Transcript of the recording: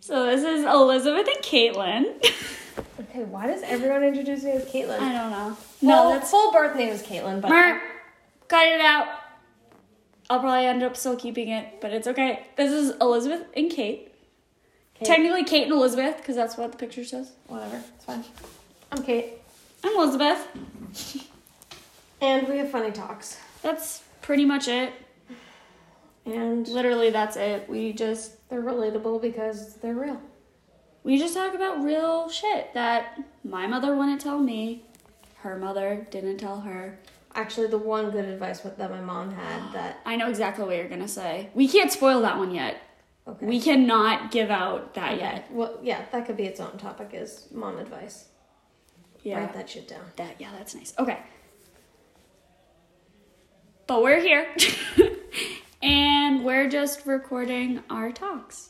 So this is Elizabeth and Caitlin. Okay, why does everyone introduce me as Caitlin? I don't know. Well, No, that's full birth name is Caitlin, but Mer. Cut it out. I'll probably end up still keeping it, but it's okay. This is Elizabeth and Kate. Kate. Technically, Kate and Elizabeth, because that's what the picture says. whatever, it's fine. I'm Kate, I'm Elizabeth. and we have funny talks, That's pretty much it. and Literally, that's it. We just they're relatable because they're real. we just talk about real shit that my mother wouldn't tell me, her mother didn't tell her. Actually, the one good advice with- that my mom had that I know exactly what you're gonna say. We can't spoil that one yet. okay, We cannot give out that Okay. yet. Well, yeah, that could be its own topic. Is mom advice? Yeah. Write that shit down. That yeah, that's nice. Okay. But we're here. and we're just recording our talks.